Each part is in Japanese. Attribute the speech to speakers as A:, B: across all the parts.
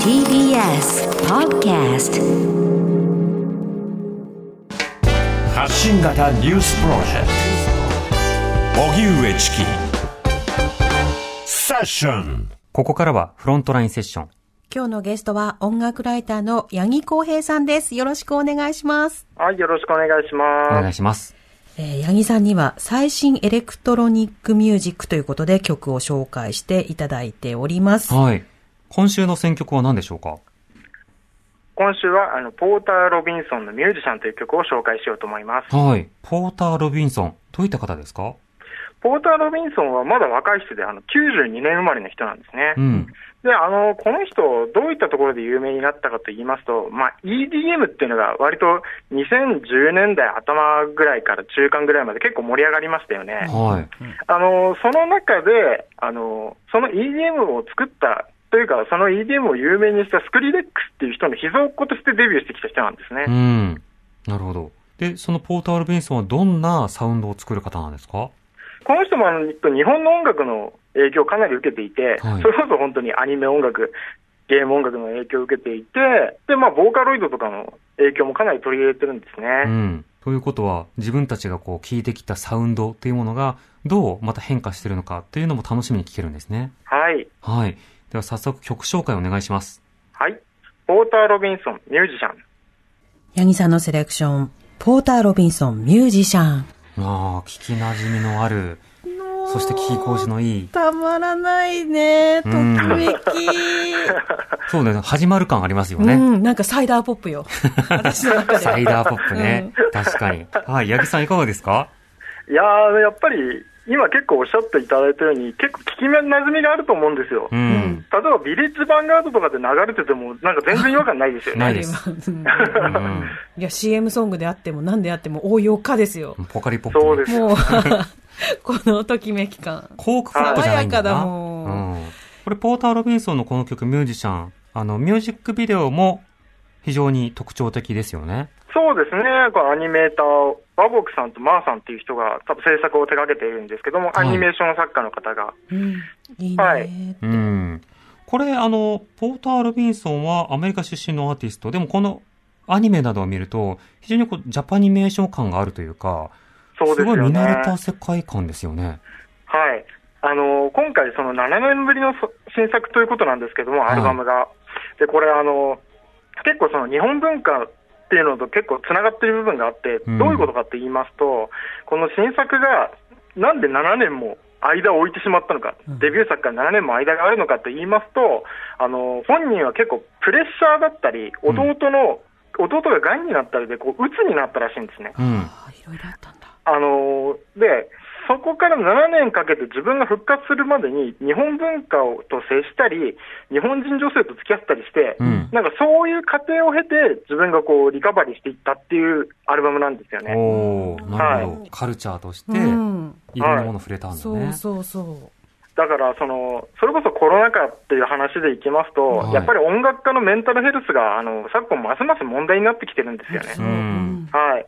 A: TBS Podcast
B: 発信型ニュースプロジェクト荻上チキセッション
C: ここからはフロントラインセッション。
D: 今日のゲストは音楽ライターの八木浩平さんです。よろしくお願いします。
E: はい、よろしくお願いし
C: お
E: ま
C: 願
E: す。
C: いします。
D: えー、八木さんには最新エレクトロニックミュージックということで曲を紹介していただいております。
C: はい。今週の選曲は何でしょうか
E: 今週は、あの、ポーター・ロビンソンのミュージシャンという曲を紹介しようと思います。
C: はい。ポーター・ロビンソン。どういった方ですか
E: ポーター・ロビンソンはまだ若い人で、あの、92年生まれの人なんですね
C: う。ん。
E: で、あの、この人、どういったところで有名になったかと言いますと、まあ、EDM っていうのが割と2010年代頭ぐらいから中間ぐらいまで結構盛り上がりましたよね。
C: はい。
E: あの、その中で、あの、その EDM を作った、というか、その EDM を有名にしたスクリレックスっていう人の秘蔵っ子としてデビューしてきた人なんですね。
C: うん。なるほど。で、そのポーター・ロビンソンはどんなサウンドを作る方なんですか
E: この人もあの日本の音楽の影響をかなり受けていて、
C: はい
E: それこそ本当にアニメ音楽、ゲーム音楽の影響を受けていて、で、まあ、ボーカロイドとかの影響もかなり取り入れてるんです
C: う
E: ね。
C: ん。ということは、自分たちがこう聞いてきたサウンドっていうものが、どうまた変化してるのかっていうのも楽しみに聞けるんですね。
E: はい。
C: はい。では早速曲紹介お願いします。
E: はい。ポーター・ロビンソン、ミュージシャン。
D: 八木さんのセレクション、ポーター・ロビンソン、ミュージシャン。
C: ああ、聞き馴染みのある、そして聞き心地のいい。
D: たまらないね。とき
C: うん
D: め
C: そうだね。始まる感ありますよ
D: き。
C: ね。
D: うん、なんかサイダーポ ップよ。私の中で。
C: サイダーポップね。確かに。はい、八木さんいかがですか
E: いやー、やっぱり、今結構おっしゃっていただいたように、結構聞き馴染みがあると思うんですよ。
C: う
E: 例え
C: ん。
E: ば、ビレッジヴァンガードとかで流れてても、なんか全然違和感ないですよね。
C: ないです。
D: う
C: う
D: ん
C: ん。
D: いや、CM ソングであっても何であっても応用歌ですよ。
C: ポカリポップね。
E: そうです よ。
D: もう、このときめき感。
C: コークフラットじゃないんだよな。
D: 爽やかだも
C: うん。これ、ポーター・ロビンソンのこの曲、ミュージシャン。あの、ミュージックビデオも非常に特徴的ですよね。
E: そうですね、このアニメーター、バボクさんとマーさんっていう人が、多分制作を手掛けているんですけども、アニメーション作家の方が。
D: うん、いい
E: はい
D: ね。
C: うん。これ、あの、ポーター・ロビンソンはアメリカ出身のアーティスト。でも、このアニメなどを見ると、非常にこう、ジャパニメーション感があるというか、
E: そうですすよ
C: ごい
E: ね。
C: 見慣れた世界観ですよね。
E: はい。あの、今回、その7年ぶりのそ新作ということなんですけども、
C: はい
E: アルバムが。で、これ、あの、結構その日本文化っていうのと結構つながってる部分があって、
C: うん
E: どういうことかって言いますと、この新作が、なんで7年も間を置いてしまったのか、
D: うん
E: デビュー作から7年も間があるのかと言いますと、あの、本人は結構プレッシャーだったり、
C: うん
E: 弟の、弟が癌になったりで、こう、鬱になったらしいんですね。
C: うん。
D: あいろいろあったんだ。
E: あのーで、そこから7年かけて自分が復活するまでに、日本文化をと接したり、日本人女性と付き合ったりして、
C: うん。
E: なんかそういう過程を経て、自分がこうリカバリーしていったっていうアルバムなんですよね。
C: おおなるほど、
D: はい
C: カルチャーとして、
D: うん。
C: いろんなもの触れたんだね。
D: そうそうそう。
E: だからその、それこそコロナ禍っていう話でいきますと、
C: はい
E: やっぱり音楽家のメンタルヘルスがあの昨今、ますます問題になってきてるんですよね。
C: うん
E: はい。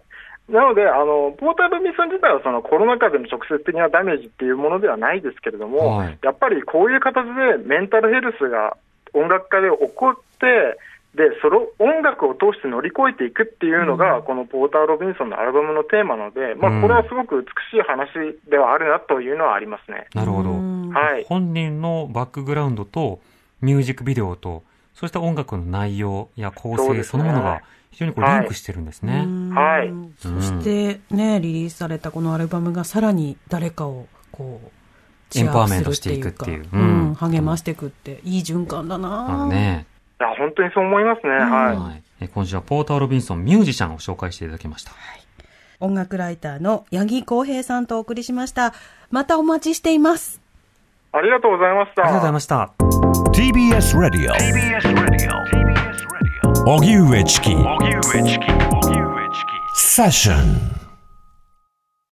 E: なので、あの、ポータールミッション自体はそのコロナ禍での直接的なダメージっていうものではないですけれども、
C: はい
E: やっぱりこういう形でメンタルヘルスが音楽家で起こって、で、その音楽を通して乗り越えていくっていうのが、このポーター・ロビンソンのアルバムのテーマなので、ま
C: うん
E: あ、これはすごく美しい話ではあるなというのはありますね。
C: なるほど、
D: うん
E: はい。
C: 本人のバックグラウンドと、ミュージックビデオと、そうした音楽の内容や構
E: そう
C: 成
E: で
C: そ
E: すね
C: のものが非常にこうリンクしてるんですね。
D: うん
E: はい
D: そしてね、リリースされたこのアルバムがさらに誰かをこう、
C: エンパワーメントしていくっていう
D: チアップするっ
C: う
D: うんん、励ましていくって、いい循環だ
C: なる
D: な
C: ほどね。
E: いや、本当にそう思いますね。はい。
C: はいえ今週はポーター・ロビンソン、ミュージシャンを紹介していただきました。
D: 音楽ライターの八木浩平さんとお送りしました。またお待ちしています。
E: ありがとうございました。
C: ありがとうございました。
B: TBS Radio TBS Radio 荻上チキセッション